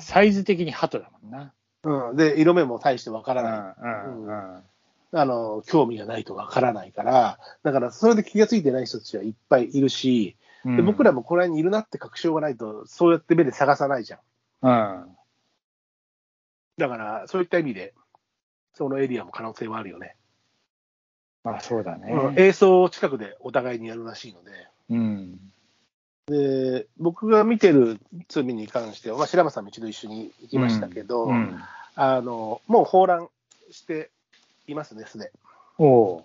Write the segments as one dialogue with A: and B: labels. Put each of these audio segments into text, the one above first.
A: サイズ的に鳩だもんな。
B: うん、で、色目も大してわからない。
A: うんうんうん。
B: あの、興味がないとわからないから、だからそれで気がついてない人たちはいっぱいいるし、で僕ら
A: も、
B: もこの辺にいるなって確証がないと、そうやって目で探さないじゃん。
A: うん、
B: だから、そういった意味で、そのエリアも可能性はあるよね。
A: まあそうだ
B: うん
A: ね。
B: 映像を近くでお互いにやるらしいので、
A: うん。
B: で僕が見てる罪に関しては、まあ、白間さんも一度一緒に行きましたけど、
A: うん、
B: あのもう放卵していますね、すでに。
A: おう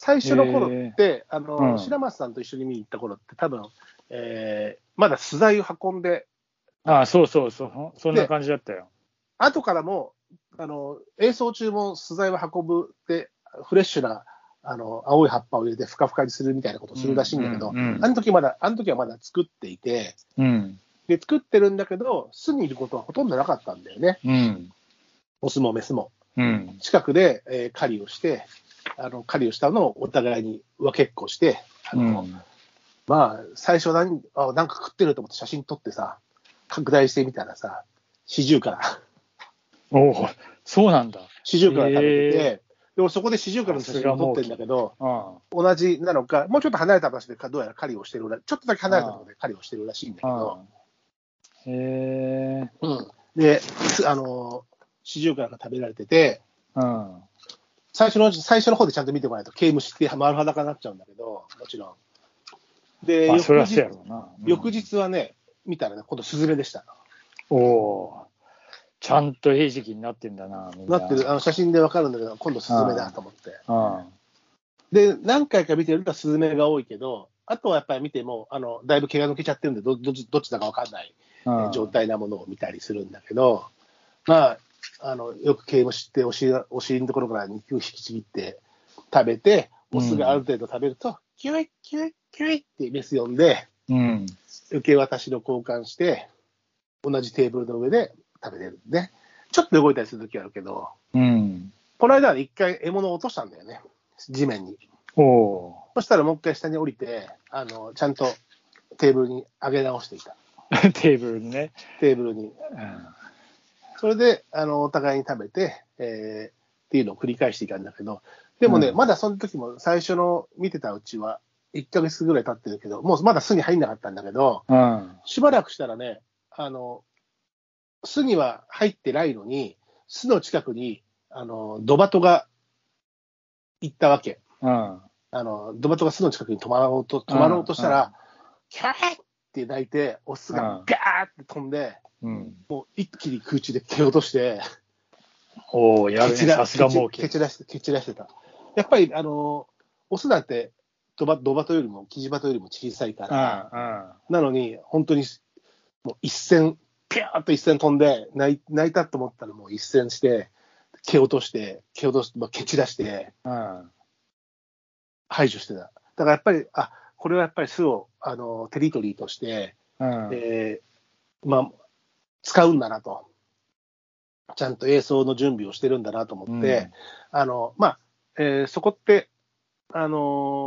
B: 最初の頃って、あの
A: うん
B: 白松さんと一緒に見に行った頃って、多分えーまだ巣材を運んで、
A: ああ、そうそうそう。そんな感じだったよ。
B: 後からもあの映像中も巣材を運ぶで、フレッシュなあの青い葉っぱを入れて、ふかふかにするみたいなことをするらしいんだけど、
A: うんうんうん
B: あの時まだあの時はまだ作っていて、
A: うん。
B: で作ってるんだけど、巣にいることはほとんどなかったんだよね、
A: うん。
B: オスもメスも。
A: うん。
B: 近くで、えー狩りをして、あの狩りをしたのをお互いに分けっこして、あ
A: う
B: の
A: ん。
B: まあ、最初何あ、なんか食ってると思って写真撮ってさ、拡大してみたらさ、シジュウカ ラ、
A: おお、そうなんだ。
B: シジュウカラ食べてて、
A: へ
B: でもそこでシジュウカラの写真を撮ってるんだけど、
A: あ
B: 同じなのか、もうちょっと離れた場所でかどうやら狩りをしてるら、ちょっとだけ離れたところで狩りをしてるらしいんだけ
A: あ
B: ど、。
A: へえ。
B: うん、で、すあの、シジュウカラが食べられてて、
A: うん。
B: 最初のうち、最初の方でちゃんと見てもらえないと、刑務所って丸裸になっちゃうんだけど、もちろん。で、
A: まあ、
B: 翌
A: それはそうや
B: 日
A: ろうな。うん
B: 翌。日はね、見たらね、今度スズメでした。
A: おお。ちゃんと餌食になってんだな、みんな。
B: なってる、あの写真でわかるんだけど、今度スズメだと思って。
A: うん。
B: で、何回か見てるとスズメが多いけど、あとはやっぱり見ても、あのだいぶ毛が抜けちゃってるんで、どどっちどっちだかわかんない
A: うん
B: 状態なものを見たりするんだけど、まあ、あのよく毛虫ってお尻がお尻のところから肉を引きちぎって食べて、オスがある程度食べると、キュイキュイキュイってメス呼んで、
A: うん。
B: 受け渡しの交換して、同じテーブルの上で食べれるんでね、ちょっと動いたりするときはあるけど、
A: うん。
B: この間は一回獲物を落としたんだよね、地面に。
A: おお。
B: そしたらもう一回下に降りて、あのちゃんとテーブルに上げ直していた、
A: テーブルにね。
B: テーブルに。それであのお互いに食べて、えーっていうのを繰り返していたんだけど、でもね、
A: うん
B: まだその時も最初の見てたうちは、1ヶ月ぐらい経ってるけど、もうまだ巣に入んなかったんだけど、
A: うん。うん
B: しばらくしたらね、あの、巣には入ってないのに、巣の近くに、あの、ドバトが行ったわけ。
A: うん。
B: あの、ドバトが巣の近くに止まろうと、止まろうとしたら、キャーって泣いて、オス
A: う
B: が
A: ん
B: ガーって飛んで、
A: うん。
B: もう一気に空中で蹴落として、
A: おお、やるね。
B: 蹴散ら
A: さすが儲
B: 蹴
A: け。
B: 散らして、蹴散らしてた。やっぱり、あの、オスなんて、ドバドバトよりも、キジバトよりも小さいか
A: う
B: ら、
A: ん。うん。
B: なのに、本当に、もう一戦、ピャーっと一戦飛んで、泣い泣いたと思ったら、もう一戦して、蹴落として、蹴落として、まあ、蹴散らして、
A: うん
B: 排除してた。だからやっぱり、あこれはやっぱり巣をあのテリトリーとして、
A: うん
B: えーまあ、使うんだなと、ちゃんと映像の準備をしてるんだなと思って、あのまあえーそこって、あの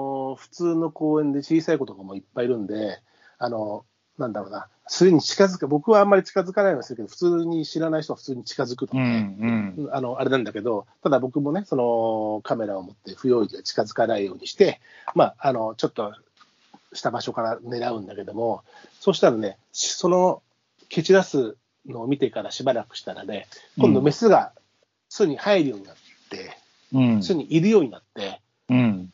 B: ー普通の公園で小さい子とかもいっぱいいるんで、あのなんだろうな、それに近づく、僕はあんまり近づかないようにするけど、普通に知らない人は普通に近づくと
A: う
B: かね。
A: ん。
B: あのあれなんだけど、ただ僕もね、そのカメラを持って不用意で近づかないようにして、まあ、あのちょっとした場所から狙うんだけども、そうしたらね、その蹴散らすのを見てからしばらくしたらね、今度、メスが巣に入るようになって、
A: うん。
B: 巣にいるようになって、
A: うん。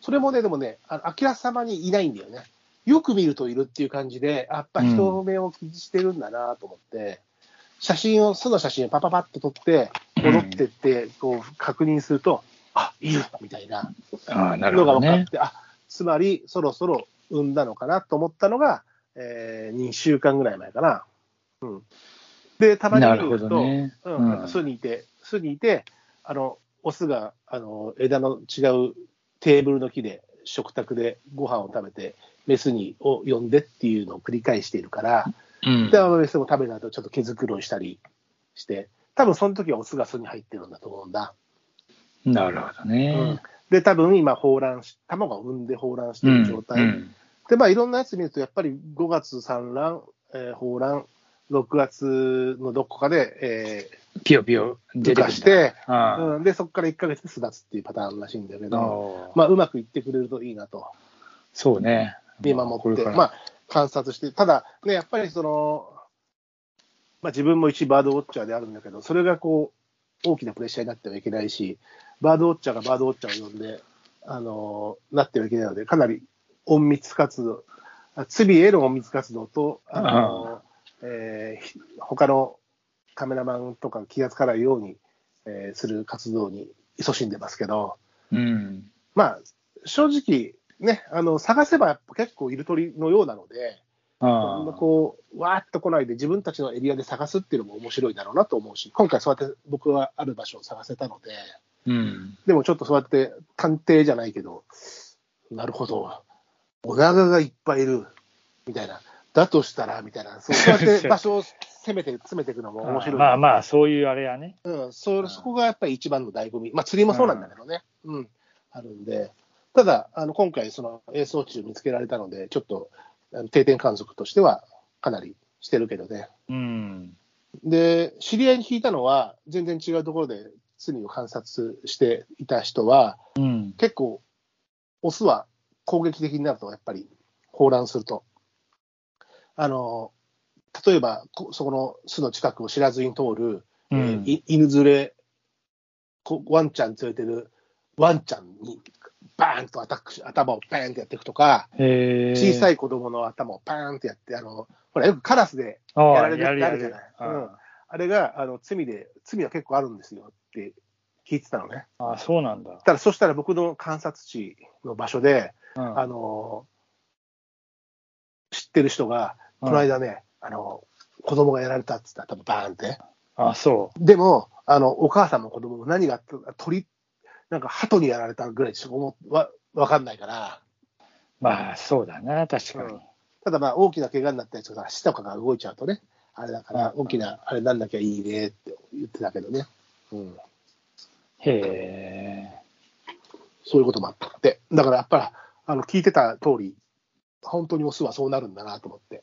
B: それもね、でもね、ああきらさまにいないんだよね。よく見るといるっていう感じで、やっぱ人目を気にしてるんだなと思って、写真を、その写真をパパパッと撮って、戻ってって、こう、確認すると、あ、いるみたいな
A: ああ、なる
B: の
A: ほ
B: が
A: ど
B: 分かっ
A: ね。
B: て、あ、つまり、そろそろ産んだのかなと思ったのが、え2週間ぐらい前かな。うん。で、たまに
A: な
B: 見
A: る
B: に
A: ほ
B: 行く
A: ど
B: と、
A: ね。
B: うん、やっぱ巣にいて、巣にいて、あの、オスが、あの、枝の違うテーブルの木で、食卓でご飯を食べて、メスに、を呼んでっていうのを繰り返しているから、
A: うん
B: で、あのメスも食べた後、ちょっと毛づくろいしたりして、多分その時はオスが巣に入ってるんだと思うんだ。
A: なるほどね。
B: で、多分今、放卵し、卵を産んで放卵してる状態。
A: うん
B: で、まあ、いろんなやつ見ると、やっぱり5月産卵、えー、放卵、 6月のどこかで、え
A: ピヨピヨ
B: ー、
A: 出てく
B: 孵化
A: る
B: し
A: んだ。
B: て、
A: うん。
B: うん、で、そこから1ヶ月巣立つっていうパターンらしいんだけど、
A: あ
B: まあ、うまくいってくれるといいなと、
A: そうね。
B: 見守
A: こ
B: っ
A: れ
B: て、
A: から
B: まあ、観察して、ただ、ね、やっぱりその、まあ、自分も一バードウォッチャーであるんだけど、それがこう、大きなプレッシャーになってはいけないし、バードウォッチャーがバードウォッチャーを呼んで、あのなってはいけないので、かなり隠密活動、あ罪への隠密活動と、あのえーひ他のカメラマンとか気がつかないように、えーする活動に勤しんでますけど、
A: うん。
B: まあ、正直、ね、あの探せばやっぱ結構いる鳥のようなので、
A: あ
B: そんな
A: あ。
B: こう、わーっと来ないで、自分たちのエリアで探すっていうのも面白いだろうなと思うし、今回、そうやって僕はある場所を探せたので、
A: うん。
B: でもちょっとそうやって探偵じゃないけど、なるほど、お腹がいっぱいいるみたいな、だとしたらみたいな、そうそうやって場所を攻めて、詰めていくのも面白い。
A: まあまあ、そういうあれやね。
B: うん、そ
A: ん
B: そこがやっぱり一番の醍醐味、まあ、釣りもそうなんだけどね、うんあるんで、ただ、あの今回、その映像中見つけられたので、ちょっとあの定点観測としてはかなりしてるけどね、
A: うん。
B: で知り合いに聞いたのは、全然違うところで釣りを観察していた人は、
A: うん。
B: 結構、オスは攻撃的になると、やっぱり放卵すると。あの例えば、こそこの巣の近くを知らずに通る、
A: うん。
B: い犬連れこ、ワンちゃん連れてるワンちゃんにバーンとアタックし頭をバーンってやっていくとか、
A: へえ
B: 小さ
A: い
B: い子供の頭をバーンってやって、あのほら、よくカラスで
A: や
B: やられるってあるじゃない。
A: あ
B: う
A: る
B: ん、あれがあの罪で、罪は結構あるんですよって聞いてたのね。
A: ああ、そうなんだ。
B: ただ、そしたら僕の観察地の場所で、
A: うん
B: あの知ってる人が、この間ね、あの子供がやられたって言ったら、多分バーンって。
A: あそ
B: でも、あの、お母さんも子供も何があったか鳥、なんか鳩にやられたぐらいしか思うわわかんないから、
A: う。まあ、そうだな、確かに。
B: うんただまあ大きな怪我になったりとか、死とかが動いちゃうとね、あれだから、
A: うん
B: 大きなあれなんなきゃいいねって言ってたけどね、うん、
A: へえ。
B: そういうこともあったって、だからやっぱり、あの聞いてた通り、本当にオスはそうなるんだなと思って。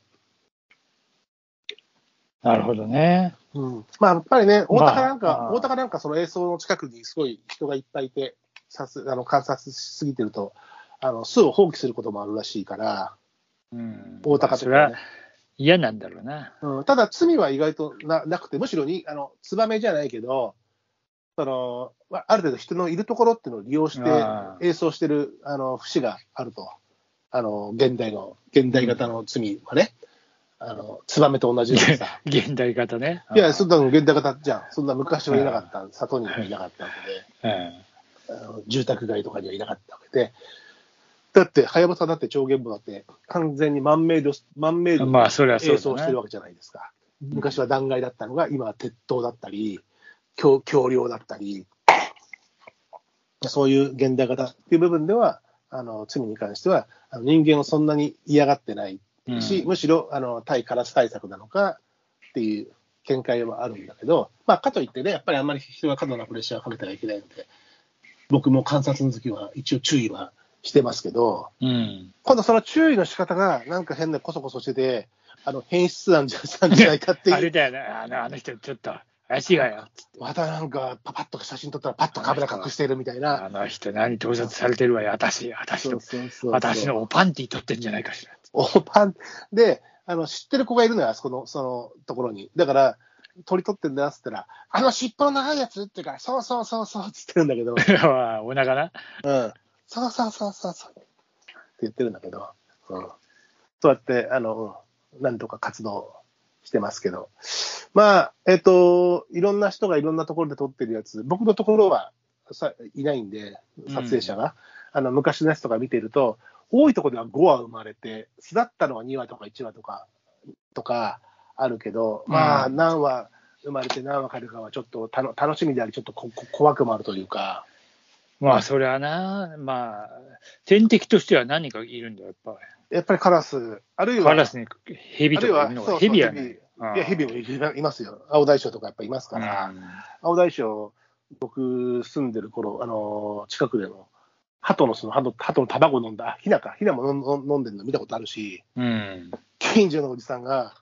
A: なるほどね。
B: うん、まあやっぱりね、大高なんか、
A: まあ
B: 大高なんかその映像の近くにすごい人がいっぱいいて、さすあの観察しすぎてると、あの巣を放棄することもあるらしいから、
A: うん
B: 大高
A: そ
B: と
A: れ
B: か
A: は
B: ね、
A: 嫌なんだろうな。
B: うん、ただ罪は意外とななくて、むしろにあのツバメじゃないけどその、まあある程度人のいるところっていうのを利用して
A: ああ
B: 映像してるあの節があると、あの現代の、現代型の罪はね、あのツバメと同じようにさ、
A: 現代型ね。
B: いや、そ
A: そ
B: んなの現代型じゃん、そんな昔はいなかった、里にはいなかったので。
A: うん。
B: あの住宅街とかにはいなかったわけで、だって、はやぶさだって、超原簿だって、完全に万明度、万明度
A: まあそりゃそうだね
B: 映像してるわけじゃないですか。昔は断崖だったのが、今は鉄塔だったり、橋橋梁だったり、そういう現代型っていう部分では、あの罪に関しては、あの人間をそんなに嫌がってないし、
A: うん
B: むしろあの対カラス対策なのかっていう見解はあるんだけど、まあ、かといってね、やっぱりあんまり人は過度なプレッシャーをかけてはいけないので、僕も観察の時は一応注意はしてますけど、
A: うん。
B: 今度その注意の仕方がなんか変なこそこそしてて、あの変質なんじゃなんじゃないかって
A: あ
B: い
A: れ
B: う、
A: だよね。あのあの人、ちょっと怪しいわよ。
B: またなんかパパッと写真撮ったらパッとカメラ隠してるみたいな。
A: あの人、何盗撮されてるわよ。私、私の、
B: そうそうそう
A: 私のおパンティ取ってんじゃないかしら。
B: おパンであの知ってる子がいるのよ、あそこのそのところに。だから、鳥取ってんだなっつったら、あの尻尾の長いやつっていうから、そうそうそうそうっつってるんだけど、
A: お腹な。
B: うん、そうそうそうそうそうって言ってるんだけど、うん、そうやってあの、うんなんとか活動してますけど、まあ、えっ、と、いろんな人がいろんなところで撮ってるやつ、僕のところはさいないんで、撮影者が、あの昔のやつとか見てると、多いところでは5羽生まれて、巣立ったのは2羽とか1羽とかとかあるけど、まあ、
A: うん
B: 何羽生まれて何羽かるかはちょっとたの楽しみであり、ちょっとここ怖くもあるというか。
A: まあ、それはな、まあ、天敵としては何かいるんだよ、やっぱ
B: やっぱりカラス、あるい
A: り。
B: は、
A: カラスに蛇とかいるの
B: あるいはそうそう
A: が、蛇やね。
B: いや、ヘビもいるいますよ。青大将とかやっぱいます
A: う
B: か
A: ん
B: ら、青大将、僕住んでる頃、あのー近くでの、鳩のその、鳩鳩の卵飲んだ、あヒナか、ヒナも飲ん飲ん飲んでるの見たことあるし、
A: うん。
B: 近所のおじさんが、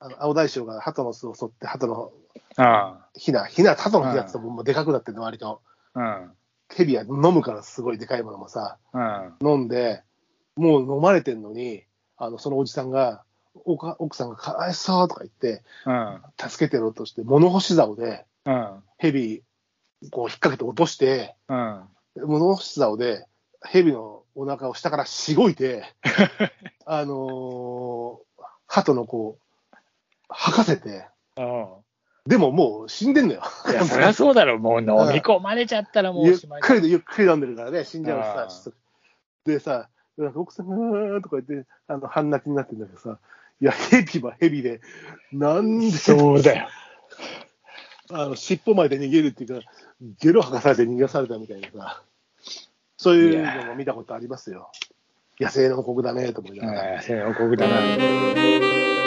B: あの青大将が鳩の巣を襲って、鳩の
A: あ
B: ヒナ、ヒナ、鳩のヒナってもうでかくなってるの、割と。
A: あ、うん、
B: ヘビは飲むからすごいでかいものもさ、
A: うん、
B: 飲んで、もう飲まれてんのに、あのそのおじさんが、おか奥さんがかわいそうとか言って、
A: うん、
B: 助けてろとして、物干し竿で、
A: うん、
B: ヘビ、こう引っ掛けて落として、
A: うん。
B: 物干し竿で、ヘビのお腹を下からしごい て、あのー、鳩の子を吐かせて、
A: う
B: でももう死んでんのよ。
A: ん、いやそりゃそうだろ、もう飲み込まれちゃったらもう
B: ゆ
A: お
B: っ
A: しまい
B: くりでゆっくり飲んでるからね、死んじゃうし
A: あ
B: さ
A: ー
B: ちょっと。でさ、なんか奥さんうーんとか言って、あの半泣きになってんだけどさ、いや、ヘビはヘビで、なんで、
A: そうだよ。
B: あの尻尾まで逃げるっていうか、ゲロ吐かされて逃がされたみたいなさ、そういうのも見たことありますよ。野生の王国だねと思いながら。
A: ああ、戦王国だな。